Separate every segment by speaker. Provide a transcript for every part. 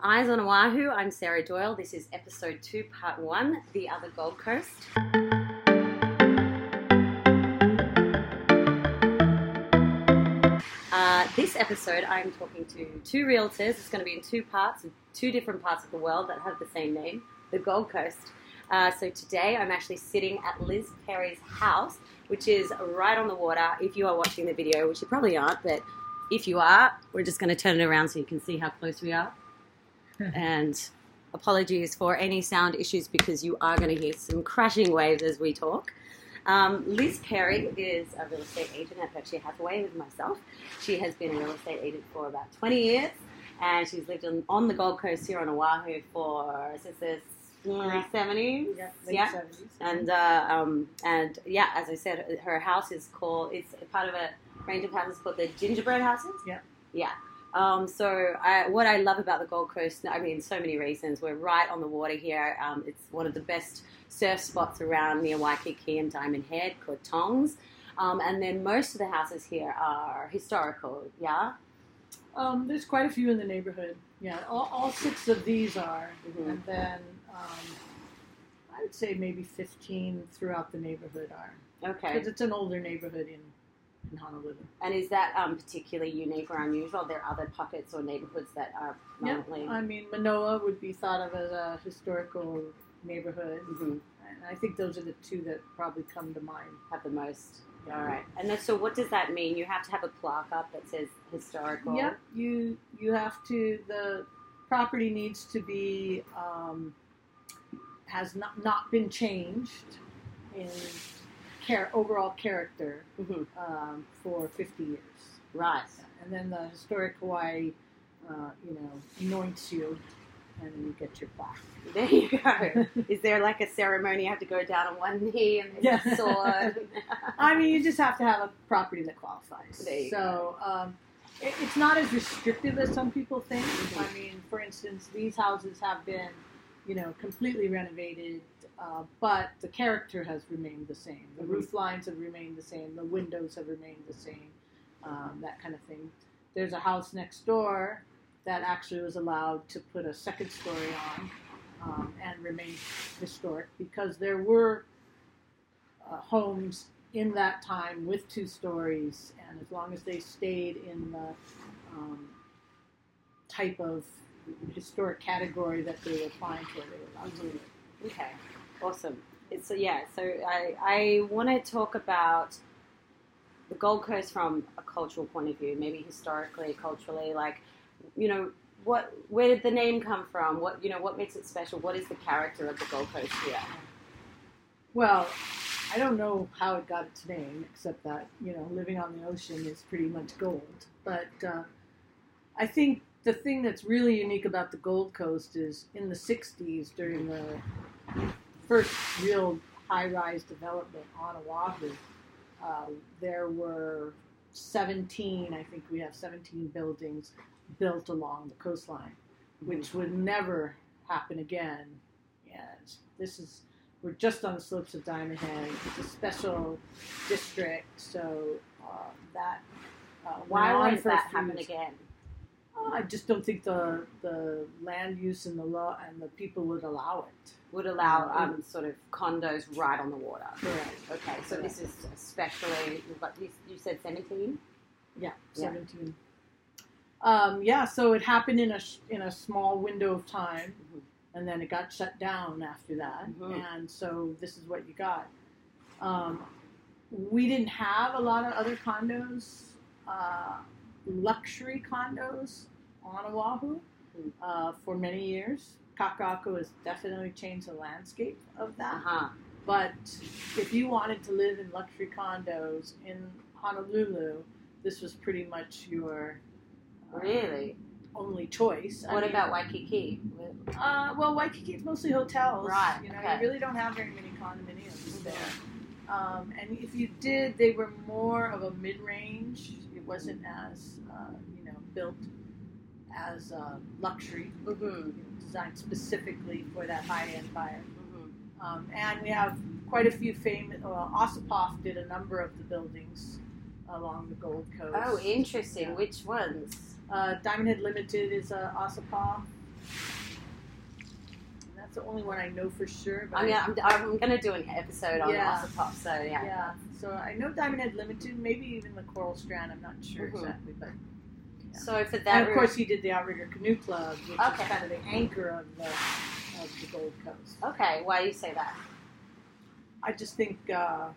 Speaker 1: Eyes on Oahu, I'm Sarah Doyle. This is episode two, part one The Other Gold Coast. Uh, this episode, I'm talking to two realtors. It's going to be in two parts, two different parts of the world that have the same name, the Gold Coast. Uh, so today, I'm actually sitting at Liz Perry's house, which is right on the water. If you are watching the video, which you probably aren't, but if you are, we're just going to turn it around so you can see how close we are and apologies for any sound issues because you are going to hear some crashing waves as we talk. Um, Liz Perry is a real estate agent at Berkshire Hathaway with myself. She has been a real estate agent for about 20 years and she's lived on, on the Gold Coast here on Oahu for since the mm, 70s.
Speaker 2: Yeah, late
Speaker 1: Yeah.
Speaker 2: 70s.
Speaker 1: And uh, um, and yeah, as I said, her house is called. It's part of a range of houses called the Gingerbread Houses.
Speaker 2: Yeah.
Speaker 1: Yeah. Um, so I, what I love about the Gold Coast, I mean, so many reasons. We're right on the water here. Um, it's one of the best surf spots around near Waikiki and Diamond Head called Tongs. Um, and then most of the houses here are historical. Yeah.
Speaker 2: Um, there's quite a few in the neighborhood. Yeah, all, all six of these are,
Speaker 1: Mhm.
Speaker 2: and then um, I would say maybe 15 throughout the neighborhood are
Speaker 1: Okay.
Speaker 2: because it's an older neighborhood in, in Honolulu.
Speaker 1: And is that um, particularly unique or unusual? Are there other pockets or neighborhoods that are
Speaker 2: Yeah,
Speaker 1: predominantly?
Speaker 2: I mean Manoa would be thought of as a historical neighborhood,
Speaker 1: Mhm.
Speaker 2: and I think those are the two that probably come to mind.
Speaker 1: have the most. All right. And then, so what does that mean? You have to have a plaque up that says historical.
Speaker 2: Yep, you you have to the property needs to be um, has not not been changed in care overall character
Speaker 1: Mhm.
Speaker 2: um, for 50 years,
Speaker 1: Right.
Speaker 2: and then the historic Hawaii, uh, you know, anoints you, and you get your plaque.
Speaker 1: There you go. Is there like a ceremony? You have to go down on one knee and there's a
Speaker 2: Yeah.
Speaker 1: sword.
Speaker 2: I mean, you just have to have a property that qualifies.
Speaker 1: There you
Speaker 2: so um, it, it's not as restrictive as some people think.
Speaker 1: Mm-hmm.
Speaker 2: I mean, for instance, these houses have been, you know, completely renovated, uh, but the character has remained the same. The
Speaker 1: Mhm.
Speaker 2: roof lines have remained the same. The windows have remained the same. Um, that kind of thing. There's a house next door that actually was allowed to put a second story on um, and remain historic because there were uh, homes in that time with two stories, and as long as they stayed in the um, type of historic category that they were applying for, they were allowed to do it.
Speaker 1: Okay, awesome. So yeah, so I I want to talk about the Gold Coast from a cultural point of view, maybe historically, culturally, like you know what where did the name come from? What you know what makes it special? What is the character of the Gold Coast here?
Speaker 2: Well, I don't know how it got its name, except that you know, living on the ocean is pretty much gold. But uh, I think the thing that's really unique about the Gold Coast is in the '60s, during the first real high-rise development on Oahu, uh, there were 17. I think we have 17 buildings built along the coastline, which would never happen again. And this is we're just on the slopes of Diamond Head. It's a special district, so uh, that. Uh,
Speaker 1: Why
Speaker 2: went on
Speaker 1: would
Speaker 2: for a
Speaker 1: that
Speaker 2: few
Speaker 1: happen
Speaker 2: years.
Speaker 1: again?
Speaker 2: Oh, I just don't think the the land use and the law and the people would allow it.
Speaker 1: Would allow
Speaker 2: Mm-hmm.
Speaker 1: um, sort of condos right on the water.
Speaker 2: Correct.
Speaker 1: Okay, so this is especially you've got you, you said seventeen.
Speaker 2: Yeah,
Speaker 1: Yeah.
Speaker 2: seventeen. Um, yeah, so it happened in a sh- in a small window of time,
Speaker 1: Mhm.
Speaker 2: and then it got shut down after that,
Speaker 1: Mhm.
Speaker 2: and so this is what you got. Um, we didn't have a lot of other condos, uh, luxury condos on Oahu
Speaker 1: Mhm.
Speaker 2: uh, for many years. Kakako has definitely changed the landscape of that.
Speaker 1: Uh huh.
Speaker 2: But if you wanted to live in luxury condos in Honolulu, this was pretty much your uh,
Speaker 1: Really?
Speaker 2: only choice. I
Speaker 1: What
Speaker 2: mean,
Speaker 1: about Waikiki? Mm-hmm,
Speaker 2: Uh, well, Waikiki is mostly hotels.
Speaker 1: Right,
Speaker 2: You know,
Speaker 1: okay.
Speaker 2: you really don't have very many condominiums there. Um, and if you did, they were more of a mid-range. It wasn't as uh, you know built as uh, luxury,
Speaker 1: Mm-hmm.
Speaker 2: designed specifically for that high-end buyer.
Speaker 1: Mm-hmm.
Speaker 2: Um, and we have quite a few famous. Well, Osipov did a number of the buildings along the Gold Coast.
Speaker 1: Oh, interesting.
Speaker 2: Yeah.
Speaker 1: Which ones?
Speaker 2: uh, Diamond Head Limited is uh, Osipov. the only one I know for sure. But
Speaker 1: I mean, I'm, I'm going to do an episode on
Speaker 2: Yeah.
Speaker 1: Ossipop, so yeah.
Speaker 2: yeah. So I know Diamond Head Limited, maybe even the Coral Strand. I'm not sure
Speaker 1: Mhm.
Speaker 2: exactly, but
Speaker 1: So for that,
Speaker 2: and of
Speaker 1: route-
Speaker 2: course he did the Outrigger Canoe Club, which
Speaker 1: Okay.
Speaker 2: is kind of the anchor of the of the Gold Coast.
Speaker 1: okay. Why do you say that?
Speaker 2: I just think, uh,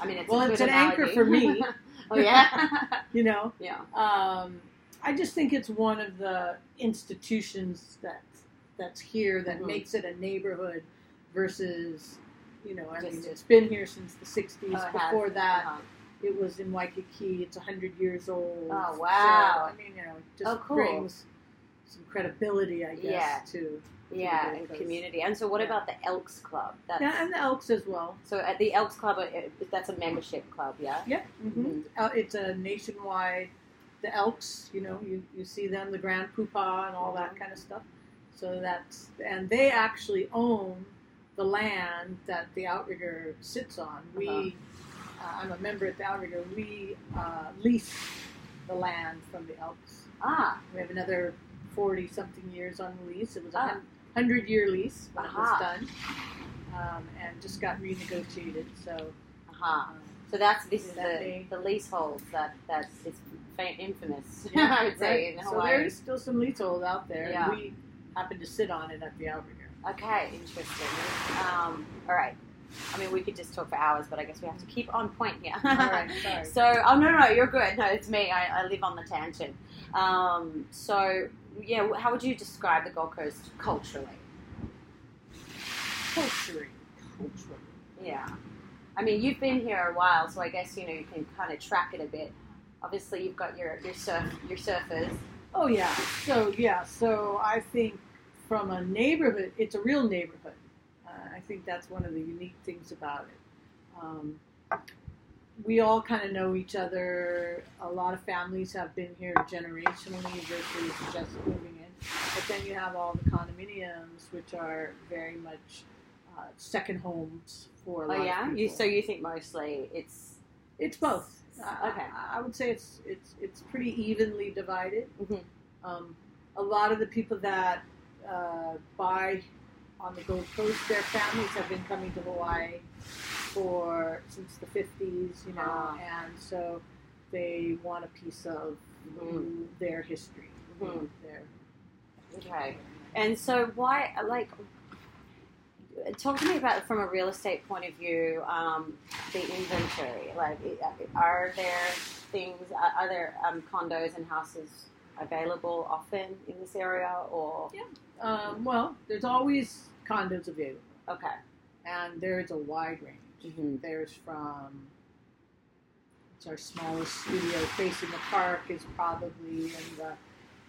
Speaker 1: I mean, it's
Speaker 2: Well,
Speaker 1: a good
Speaker 2: it's an anchor
Speaker 1: analogy.
Speaker 2: for me.
Speaker 1: oh yeah,
Speaker 2: you know,
Speaker 1: yeah.
Speaker 2: um, I just think it's one of the institutions that that's here that
Speaker 1: Mhm.
Speaker 2: makes it a neighborhood versus. You know, I mean,
Speaker 1: Just-
Speaker 2: it's been here since the '60s.
Speaker 1: Oh, it has.
Speaker 2: Before that,
Speaker 1: Uh-huh.
Speaker 2: It was in Waikiki. It's 100 years old.
Speaker 1: Oh, wow.
Speaker 2: So, I mean, you know, it just
Speaker 1: Oh, cool.
Speaker 2: brings some credibility, I guess,
Speaker 1: Yeah.
Speaker 2: to
Speaker 1: Yeah,
Speaker 2: Gold
Speaker 1: and
Speaker 2: Coast.
Speaker 1: community. And so, what
Speaker 2: Yeah.
Speaker 1: about the Elks Club? That's,
Speaker 2: yeah, and the Elks as well.
Speaker 1: so at the Elks Club, uh, it- that's a membership club, yeah.
Speaker 2: Yeah, hmm
Speaker 1: Mhm.
Speaker 2: Uh, it's a nationwide. The Elks, you know, you, you see them, the Grand Poopah, and all that kind of stuff. So that's and they actually own the land that the Outrigger sits on. We,
Speaker 1: Uh-huh.
Speaker 2: uh, I'm a member at the Outrigger. We uh, lease the land from the Elks.
Speaker 1: Ah,
Speaker 2: We have another 40 something years on the lease. It was a
Speaker 1: Ah.
Speaker 2: 100 year lease when
Speaker 1: Aha.
Speaker 2: it was done um, and just got renegotiated. So,
Speaker 1: uh-huh.
Speaker 2: um,
Speaker 1: So that's this is
Speaker 2: That
Speaker 1: the,
Speaker 2: they-
Speaker 1: the leasehold that that is fa- infamous.
Speaker 2: yeah,
Speaker 1: I would say
Speaker 2: right.
Speaker 1: in
Speaker 2: so
Speaker 1: Hawaii.
Speaker 2: there is still some leasehold out there.
Speaker 1: Yeah.
Speaker 2: We happened to sit on it at the Outrigger.
Speaker 1: Okay, interesting. Um, all right. I mean, we could just talk for hours, but I guess we have to keep on point here.
Speaker 2: All right, sorry.
Speaker 1: So, oh no, no, you're good. No, it's me. I, I live on the tangent. Um, so, yeah, how would you describe the Gold Coast culturally?
Speaker 2: Culturing. Culturing.
Speaker 1: Yeah, I mean, you've been here a while, so I guess you know you can kind of track it a bit. Obviously, you've got your your surf your surfers.
Speaker 2: Oh, yeah. So, yeah. So I think from a neighborhood, it's a real neighborhood. Uh, I think that's one of the unique things about it. Um, we all kind of know each other. A lot of families have been here generationally versus just moving in. But then you have all the condominiums, which are very much uh, second homes for a lot
Speaker 1: Oh yeah,
Speaker 2: of
Speaker 1: you
Speaker 2: people.
Speaker 1: so you think mostly it's uh,
Speaker 2: it's both. I-
Speaker 1: Okay.
Speaker 2: I, I would say it's it's it's pretty evenly divided.
Speaker 1: Mhm.
Speaker 2: Um, a lot of the people that uh, buy on the Gold Coast, their families have been coming to Hawaii for since the fifties, you know,
Speaker 1: Ah.
Speaker 2: and so they want a piece of
Speaker 1: Mhm.
Speaker 2: their history.
Speaker 1: Mhm.
Speaker 2: Their,
Speaker 1: Okay. And so, why, like, talk to me about from a real estate point of view, um, the inventory. Like, uh, are there things, are are there um, condos and houses available often in this area? Or,
Speaker 2: um, well, there's always condos available,
Speaker 1: okay.
Speaker 2: and there is a wide range.
Speaker 1: Mm-hmm.
Speaker 2: There's from it's our smallest studio facing the park is probably in the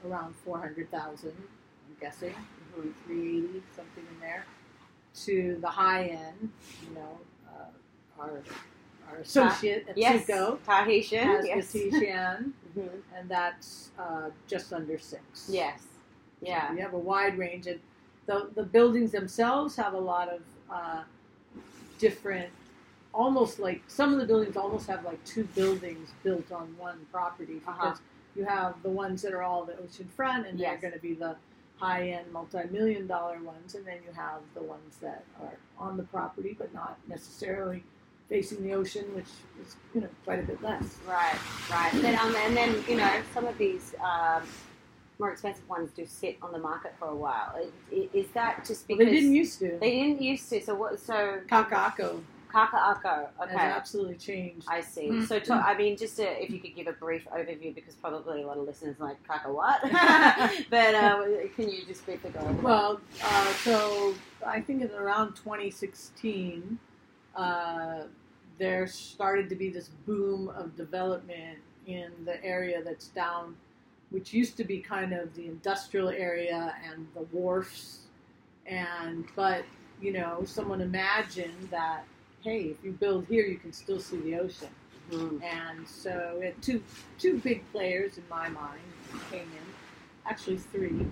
Speaker 2: around four hundred thousand, I'm guessing,
Speaker 1: Mm-hmm.
Speaker 2: three eighty something in there, to the high end. You know, uh, our our associate at
Speaker 1: Yes.
Speaker 2: Suco
Speaker 1: Tahitian.
Speaker 2: has
Speaker 1: yes.
Speaker 2: the Tishan,
Speaker 1: Mhm.
Speaker 2: and that's uh, just under six.
Speaker 1: Yes. Yeah.
Speaker 2: We have a wide range, and the, the buildings themselves have a lot of uh, different, almost like some of the buildings almost have like two buildings built on one property because
Speaker 1: Uh-huh.
Speaker 2: you have the ones that are all the ocean front, and
Speaker 1: Yes.
Speaker 2: they're going to be the high end multi million dollar ones, and then you have the ones that are on the property but not necessarily facing the ocean, which is you know quite a bit less.
Speaker 1: Right, right. Then, um, and then you know, some of these um, more expensive ones do sit on the market for a while. I- i- Is that just
Speaker 2: Well,
Speaker 1: because
Speaker 2: they didn't used to.
Speaker 1: they didn't used to? So what? So
Speaker 2: Kakako
Speaker 1: Kaka'ako.
Speaker 2: has
Speaker 1: Okay,
Speaker 2: absolutely changed.
Speaker 1: I see.
Speaker 2: Mm.
Speaker 1: So to, I mean, just to, if you could give a brief overview, because probably a lot of listeners are like Kaka what? but um, can you just briefly go? over that?
Speaker 2: Well, uh, so I think in around 2016, uh, there started to be this boom of development in the area that's down, which used to be kind of the industrial area and the wharfs. And, but, you know, someone imagined that, hey, if you build here, you can still see the ocean.
Speaker 1: Mhm.
Speaker 2: And so we had two two big players in my mind came in, actually three.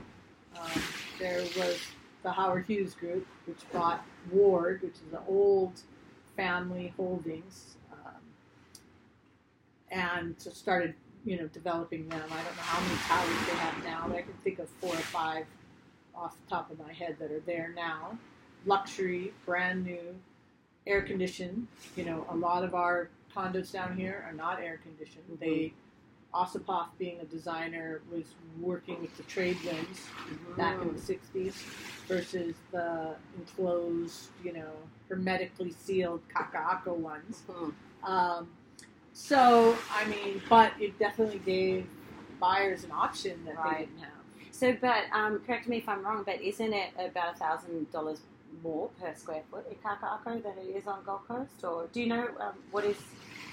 Speaker 2: Um, there was the Howard Hughes Group, which bought Ward, which is an old family holdings, um, and just started you know developing them. I don't know how many towers they have now, but I can think of four or five off the top of my head that are there now. Luxury, brand new, air conditioned. You know, a lot of our condos down here are not air conditioned.
Speaker 1: Mhm.
Speaker 2: They, Osipov being a designer, was working with the trade winds back in the 60s versus the enclosed, you know, hermetically sealed Kakaako ones.
Speaker 1: Mhm.
Speaker 2: Um, so, I mean, but it definitely gave buyers an option that
Speaker 1: Right.
Speaker 2: they didn't have.
Speaker 1: So, but um, correct me if I'm wrong, but isn't it about a thousand dollars more per square foot in Kaka'ako than it is on Gold Coast? Or do you know um, what is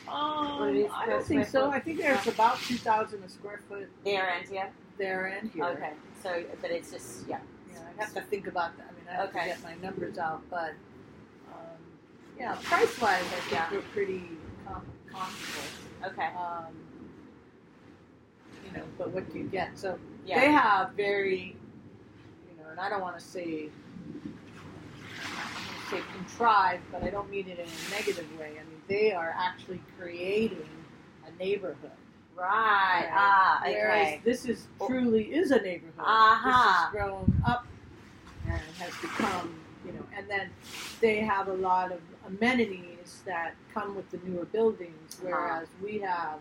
Speaker 1: What it is
Speaker 2: Um, I
Speaker 1: per
Speaker 2: don't
Speaker 1: square
Speaker 2: think so.
Speaker 1: foot?
Speaker 2: I think there's about 2,000 a square foot
Speaker 1: there and here?
Speaker 2: there and here.
Speaker 1: Okay, so but it's just yeah.
Speaker 2: Yeah, I have to think about that. I mean, I have
Speaker 1: Okay.
Speaker 2: to get my numbers out, but um, yeah, price wise, I think
Speaker 1: Yeah.
Speaker 2: we're pretty com- comfortable.
Speaker 1: Okay,
Speaker 2: Um, you know, but what do you get? So
Speaker 1: yeah.
Speaker 2: They have very, you know, and I don't want to say, I don't wanna say contrived, but I don't mean it in a negative way. I mean, they are actually creating a neighborhood.
Speaker 1: right.
Speaker 2: Right.
Speaker 1: Ah,
Speaker 2: Whereas
Speaker 1: okay.
Speaker 2: this is truly is a neighborhood.
Speaker 1: Aha.
Speaker 2: This has grown up and has become, you know, and then they have a lot of amenities that come with the newer buildings, whereas we have,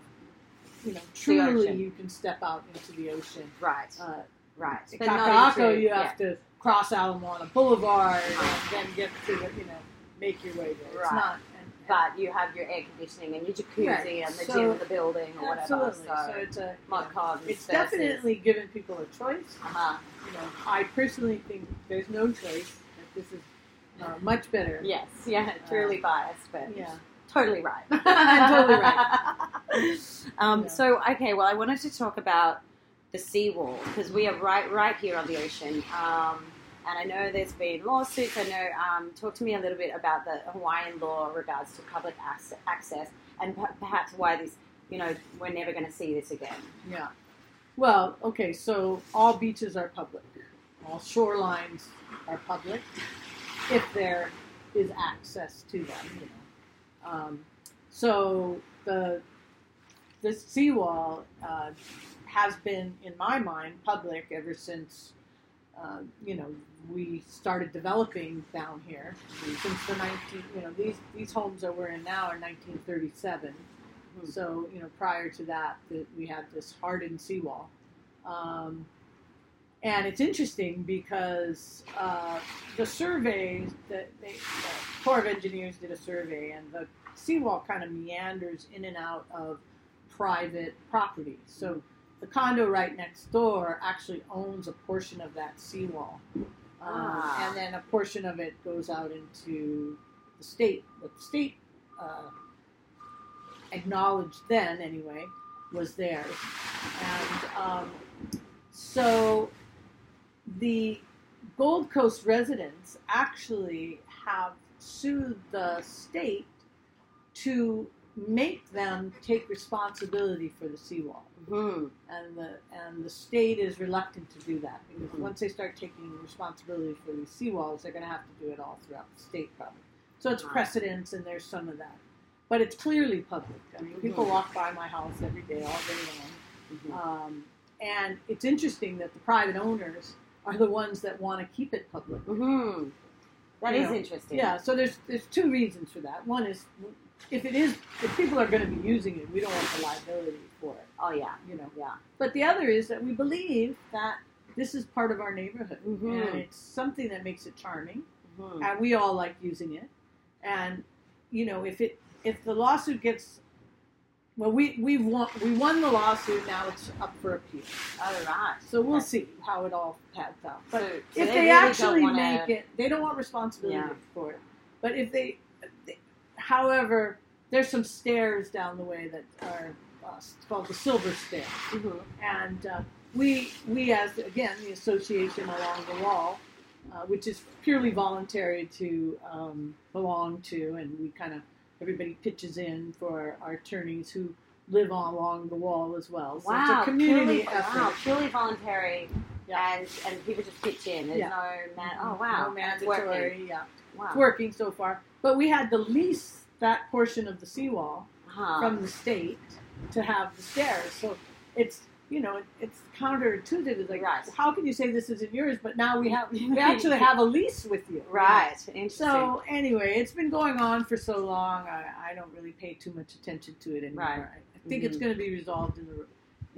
Speaker 2: you know, truly
Speaker 1: Uh-huh. ocean.
Speaker 2: you can step out into the ocean.
Speaker 1: Right.
Speaker 2: Uh,
Speaker 1: Right.
Speaker 2: in
Speaker 1: But not
Speaker 2: Kakaako,
Speaker 1: into-
Speaker 2: you
Speaker 1: yeah. Uh-huh.
Speaker 2: have to cross Alamoana Boulevard and then get to the, you know, make your way there. It's
Speaker 1: Right.
Speaker 2: not. And,
Speaker 1: But you have your air conditioning and your jacuzzi
Speaker 2: Right,
Speaker 1: and the
Speaker 2: so-
Speaker 1: gym and the building or whatever.
Speaker 2: absolutely. So,
Speaker 1: So,
Speaker 2: it's a. you
Speaker 1: Mont
Speaker 2: know,
Speaker 1: Carvin
Speaker 2: it's
Speaker 1: versus-
Speaker 2: definitely given people a choice.
Speaker 1: Uh-huh.
Speaker 2: You know, I personally think there's no choice. That this is uh, much better.
Speaker 1: Yes. Yeah. Truly biased, but
Speaker 2: Yeah.
Speaker 1: totally right.
Speaker 2: I'm totally right.
Speaker 1: um,
Speaker 2: Yeah.
Speaker 1: So okay, well, I wanted to talk about the seawall because we are right, right here on the ocean. Um, and I know there's been lawsuits. I know. Um, talk to me a little bit about the Hawaiian law in regards to public ac- access and per- perhaps why this. You know, we're never going to see this again.
Speaker 2: Yeah. Well, okay, so all beaches are public. All shorelines are public if there is access to them, you know. Um, so the the seawall uh, has been, in my mind, public ever since uh, you know we started developing down here. Since the 19, you know, these these homes that we're in now are 1937. So, you know, prior to that, that we had this hardened seawall. Um, and it's interesting because uh, the surveys that they, the Corps of Engineers did a survey, and the seawall kind of meanders in and out of private property. So the condo right next door actually owns a portion of that seawall. Um,
Speaker 1: Ah.
Speaker 2: And then a portion of it goes out into the state. What the state uh, acknowledged then, anyway, was theirs. And um, so the Gold Coast residents actually have sued the state to make them take responsibility for the seawall.
Speaker 1: hmm
Speaker 2: And the, and the state is reluctant to do that because
Speaker 1: Mhm.
Speaker 2: once they start taking responsibility for these seawalls, they're going to have to do it all throughout the state, probably. So it's
Speaker 1: Right.
Speaker 2: precedence, and there's some of that. But it's clearly public. I mean, people
Speaker 1: Mhm.
Speaker 2: walk by my house every day, all day long.
Speaker 1: Hmm.
Speaker 2: Um, and it's interesting that the private owners are the ones that want to keep it public.
Speaker 1: hmm That
Speaker 2: You
Speaker 1: is
Speaker 2: know,
Speaker 1: interesting.
Speaker 2: Yeah, so there's there's two reasons for that. One is if it is if people are going to be using it, we don't want the liability for it,
Speaker 1: Oh yeah.
Speaker 2: you know.
Speaker 1: Yeah.
Speaker 2: But the other is that we believe that this is part of our neighborhood
Speaker 1: Mhm.
Speaker 2: and it's something that makes it charming
Speaker 1: Mhm.
Speaker 2: and we all like using it. And you know, if it if the lawsuit gets well, we we've won we won the lawsuit. Now it's up for appeal.
Speaker 1: All right.
Speaker 2: So we'll
Speaker 1: Okay.
Speaker 2: see how it all pans out. But
Speaker 1: so, so
Speaker 2: if
Speaker 1: they
Speaker 2: they,
Speaker 1: really
Speaker 2: actually
Speaker 1: don't wanna-
Speaker 2: make it, they don't want responsibility
Speaker 1: Yeah.
Speaker 2: for it. But if they, they, however, there's some stairs down the way that are uh, it's called the Silver Stair,
Speaker 1: Mhm.
Speaker 2: and uh, we we as again the association along the wall, uh, which is purely voluntary to um, belong to, and we kind of everybody pitches in for our attorneys who live on along the wall as well. So
Speaker 1: Wow,
Speaker 2: it's a community
Speaker 1: purely,
Speaker 2: effort.
Speaker 1: wow, purely voluntary,
Speaker 2: Yeah.
Speaker 1: and and people just pitch in. There's
Speaker 2: Yeah. Mm-hmm.
Speaker 1: no man. Oh wow,
Speaker 2: No
Speaker 1: that's working.
Speaker 2: mandatory, yeah.
Speaker 1: Wow.
Speaker 2: It's working so far. But we had to lease that portion of the seawall
Speaker 1: Huh.
Speaker 2: from the state to have the stairs. So it's you know, it, it's counterintuitive. It's like,
Speaker 1: Right.
Speaker 2: how can you say this isn't yours? But now we have we actually have a lease with you,
Speaker 1: Right. Interesting.
Speaker 2: So anyway, it's been going on for so long. I, I don't really pay too much attention to it anymore.
Speaker 1: Right. Mm-hmm.
Speaker 2: I think it's going to be resolved in the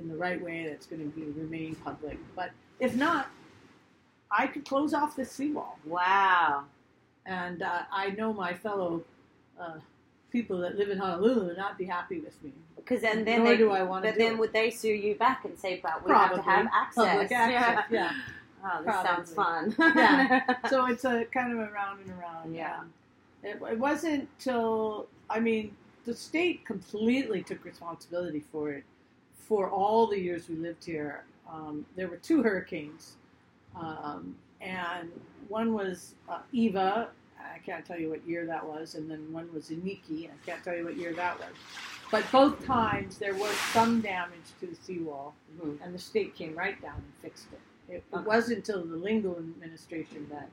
Speaker 2: in the right way. That's going to be remain public. But if not, I could close off the seawall,
Speaker 1: wow.
Speaker 2: and uh, I know my fellow uh, people that live in Honolulu would not be happy with me.
Speaker 1: Because then, then
Speaker 2: Nor
Speaker 1: they,
Speaker 2: do I want to
Speaker 1: but
Speaker 2: do
Speaker 1: then
Speaker 2: it.
Speaker 1: would they sue you back and say, "But we have to
Speaker 2: Probably.
Speaker 1: have access."
Speaker 2: public access. Yeah.
Speaker 1: Oh, this sounds fun.
Speaker 2: Yeah. so it's a kind of a round and around.
Speaker 1: Yeah.
Speaker 2: Um, It, it wasn't till I mean the state completely took responsibility for it for all the years we lived here. Um, there were two hurricanes, um, and one was uh, Eva. I can't tell you what year that was, and then one was Iniki. I can't tell you what year that was. But both times there was some damage to the seawall
Speaker 1: Mhm.
Speaker 2: and the state came right down and fixed it. It,
Speaker 1: Okay.
Speaker 2: it wasn't until the Lingo administration that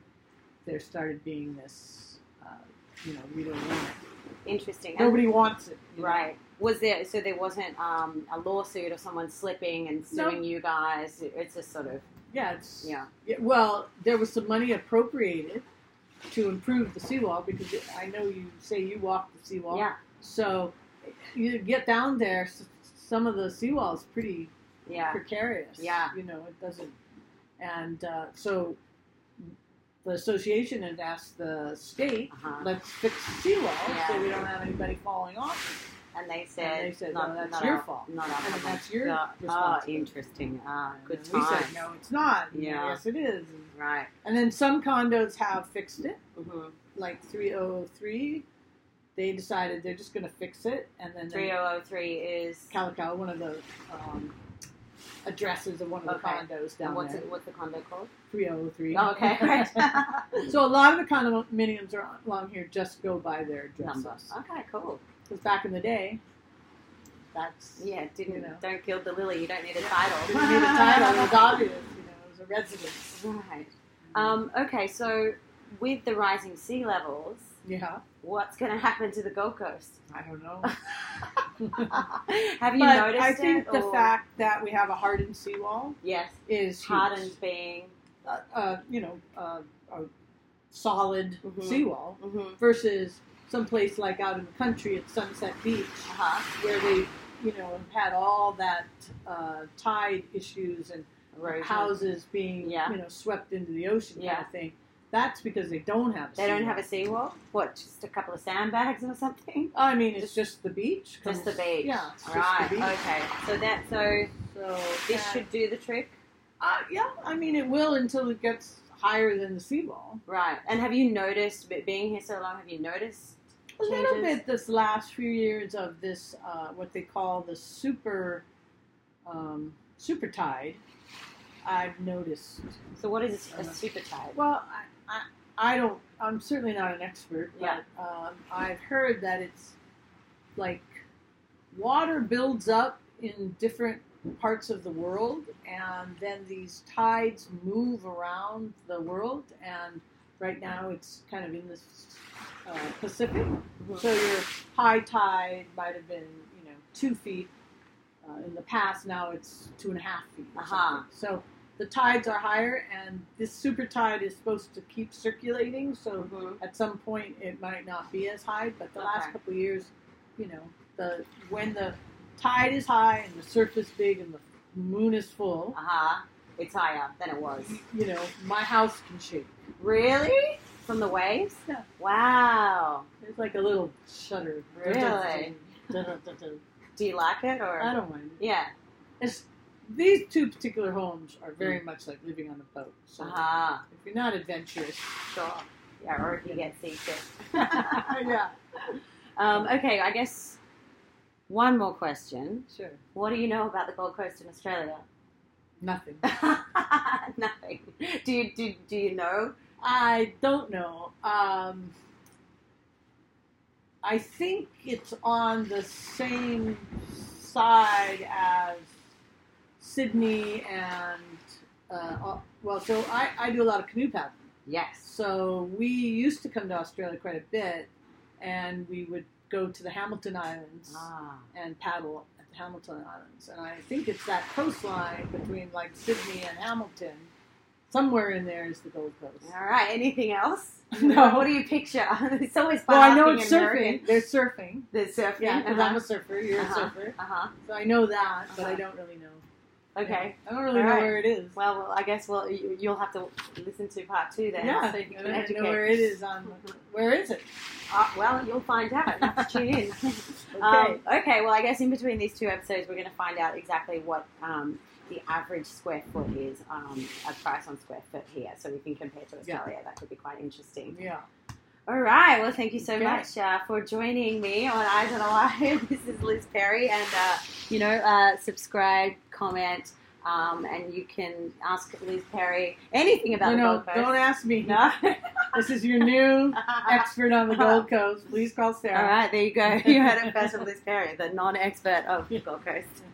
Speaker 2: there started being this, uh, you know, we don't want it.
Speaker 1: Interesting. And-
Speaker 2: Nobody wants it. you know.
Speaker 1: right. Was there so there wasn't um, a lawsuit or someone slipping and suing you guys? It's just sort of
Speaker 2: Yeah, it's,
Speaker 1: yeah.
Speaker 2: yeah. Well, there was some money appropriated to improve the seawall because it, I know you say you walk the seawall.
Speaker 1: Yeah.
Speaker 2: So you get down there, s- some of the seawall is pretty
Speaker 1: Yeah.
Speaker 2: precarious.
Speaker 1: Yeah.
Speaker 2: You know, it doesn't. And uh, so the association had asked the state,
Speaker 1: Uh-huh.
Speaker 2: let's fix seawall
Speaker 1: Yeah.
Speaker 2: so we don't have anybody falling off.
Speaker 1: And they said,
Speaker 2: they said,
Speaker 1: not,
Speaker 2: "No, that's
Speaker 1: not
Speaker 2: your
Speaker 1: our-
Speaker 2: fault."
Speaker 1: Not our
Speaker 2: And
Speaker 1: problem.
Speaker 2: that's your
Speaker 1: Yeah. Ah,
Speaker 2: responsibility.
Speaker 1: interesting. Ah, good
Speaker 2: and
Speaker 1: time.
Speaker 2: we said, no, it's not. And
Speaker 1: Yeah.
Speaker 2: Yes, it is. And,
Speaker 1: Right.
Speaker 2: and then some condos have fixed it,
Speaker 1: Mm-hmm.
Speaker 2: like 3003. They decided they're just going to fix it. And then they-
Speaker 1: 3003 is.
Speaker 2: Calico, one of the um, addresses of one of the
Speaker 1: Okay.
Speaker 2: condos down
Speaker 1: what's,
Speaker 2: there.
Speaker 1: it, what's the condo called?
Speaker 2: 303.
Speaker 1: Oh, okay, right.
Speaker 2: So a lot of the condominiums are along here just go by their addresses.
Speaker 1: Number. Okay, cool.
Speaker 2: Because back in the day, that's
Speaker 1: Yeah, didn't
Speaker 2: You know.
Speaker 1: don't kill the lily. You don't need a
Speaker 2: you
Speaker 1: title.
Speaker 2: need a title. It was obvious, you know, it was a residence.
Speaker 1: Right. Um, okay, so with the rising sea levels,
Speaker 2: Yeah,
Speaker 1: what's going to happen to the Gold Coast?
Speaker 2: I don't know.
Speaker 1: Have you
Speaker 2: but
Speaker 1: noticed
Speaker 2: I think
Speaker 1: it,
Speaker 2: the
Speaker 1: or-
Speaker 2: fact that we have a hardened seawall
Speaker 1: yes,
Speaker 2: is huge.
Speaker 1: hardened being
Speaker 2: uh, uh, you know, uh, a solid
Speaker 1: Mhm.
Speaker 2: seawall
Speaker 1: mm-hmm.
Speaker 2: versus someplace like out in the country at Sunset Beach.
Speaker 1: uh-huh.
Speaker 2: where they, you know, had all that uh, tide issues and
Speaker 1: erosion.
Speaker 2: houses being,
Speaker 1: Yeah.
Speaker 2: you know, swept into the ocean kind
Speaker 1: Yeah.
Speaker 2: of thing. That's because they don't have. A
Speaker 1: They don't have a seawall. What? Just a couple of sandbags or something?
Speaker 2: I mean, it's just the beach.
Speaker 1: Just the beach.
Speaker 2: Yeah. it's just the
Speaker 1: right.
Speaker 2: beach.
Speaker 1: Okay. So that so
Speaker 2: So
Speaker 1: this
Speaker 2: that-
Speaker 1: should do the trick.
Speaker 2: Uh, yeah. I mean, it will until it gets higher than the seawall.
Speaker 1: Right. And have you noticed, be- being here so long, have you noticed?
Speaker 2: A little
Speaker 1: Changes.
Speaker 2: bit this last few years of this, uh, what they call the super, um, super tide. I've noticed
Speaker 1: So, what is a super tide?
Speaker 2: Well, I, I, I don't. I'm certainly not an expert, but
Speaker 1: Yeah.
Speaker 2: um, I've heard that it's like water builds up in different parts of the world, and then these tides move around the world. And right now, it's kind of in the uh, Pacific,
Speaker 1: Mhm.
Speaker 2: so your high tide might have been, you know, two feet. Uh, in the past, now it's two and a half feet. or
Speaker 1: Uh-huh.
Speaker 2: something. So the tides are higher, and this super tide is supposed to keep circulating. So
Speaker 1: Mhm.
Speaker 2: at some point, it might not be as high. But the last
Speaker 1: Okay.
Speaker 2: couple of years, you know, the when the tide is high and the surface big and the moon is full,
Speaker 1: Uh-huh. It's higher than it was.
Speaker 2: you know, my house can shake.
Speaker 1: Really? From the waves?
Speaker 2: Yeah.
Speaker 1: Wow.
Speaker 2: There's like a little shudder.
Speaker 1: Really? Do you like it or?
Speaker 2: I don't mind.
Speaker 1: Yeah.
Speaker 2: It's, these two particular homes are very much like living on a boat. So
Speaker 1: Mm. Uh-huh.
Speaker 2: if you're not adventurous,
Speaker 1: Sure. Yeah, or if you get seasick.
Speaker 2: yeah,
Speaker 1: um, okay, I guess one more question.
Speaker 2: sure,
Speaker 1: What do you know about the Gold Coast in Australia?
Speaker 2: nothing.
Speaker 1: Nothing. Do you, do, do you know?
Speaker 2: I don't know. Um, I think it's on the same side as Sydney and uh, uh, well, so I, I do a lot of canoe paddling.
Speaker 1: Yes.
Speaker 2: So we used to come to Australia quite a bit, and we would go to the Hamilton Islands.
Speaker 1: Ah.
Speaker 2: and paddle Hamilton Islands, and I think it's that coastline between like Sydney and Hamilton. Somewhere in there is the Gold Coast.
Speaker 1: All right. Anything else?
Speaker 2: No.
Speaker 1: What do you picture? it's always fun.
Speaker 2: Well, I know
Speaker 1: asking
Speaker 2: it's
Speaker 1: an
Speaker 2: surfing.
Speaker 1: American.
Speaker 2: There's surfing.
Speaker 1: There's surfing.
Speaker 2: Yeah, because I'm
Speaker 1: uh-huh.
Speaker 2: a surfer. You're
Speaker 1: Uh-huh.
Speaker 2: a surfer,
Speaker 1: uh-huh.
Speaker 2: so I know that, but I
Speaker 1: Uh-huh.
Speaker 2: don't really know.
Speaker 1: Okay.
Speaker 2: I don't really
Speaker 1: All
Speaker 2: know
Speaker 1: right.
Speaker 2: where it is.
Speaker 1: Well, well, I guess well you, you'll have to listen to part two then.
Speaker 2: yeah,
Speaker 1: So you can
Speaker 2: I don't
Speaker 1: educate.
Speaker 2: know where it is on. Where is it?
Speaker 1: Uh, well, you'll find out. You have to tune in.
Speaker 2: Okay.
Speaker 1: Um, okay, well, I guess in between these two episodes, we're going to find out exactly what um, the average square foot is, um, a price on square foot here, so we can compare to
Speaker 2: Yeah.
Speaker 1: Australia. That could be quite interesting.
Speaker 2: yeah.
Speaker 1: All right, well, thank you so
Speaker 2: Okay.
Speaker 1: much uh, for joining me on Eyes on Alive. This is Liz Perry, and uh, you know, uh, subscribe, comment, um, and you can ask Liz Perry anything about
Speaker 2: No,
Speaker 1: the
Speaker 2: no,
Speaker 1: Gold Coast.
Speaker 2: don't ask me.
Speaker 1: No?
Speaker 2: This is your new expert on the Gold Coast. Please call
Speaker 1: All
Speaker 2: Sarah.
Speaker 1: right, there you go. You heard it first from Liz Perry, the non-expert of Gold Coast.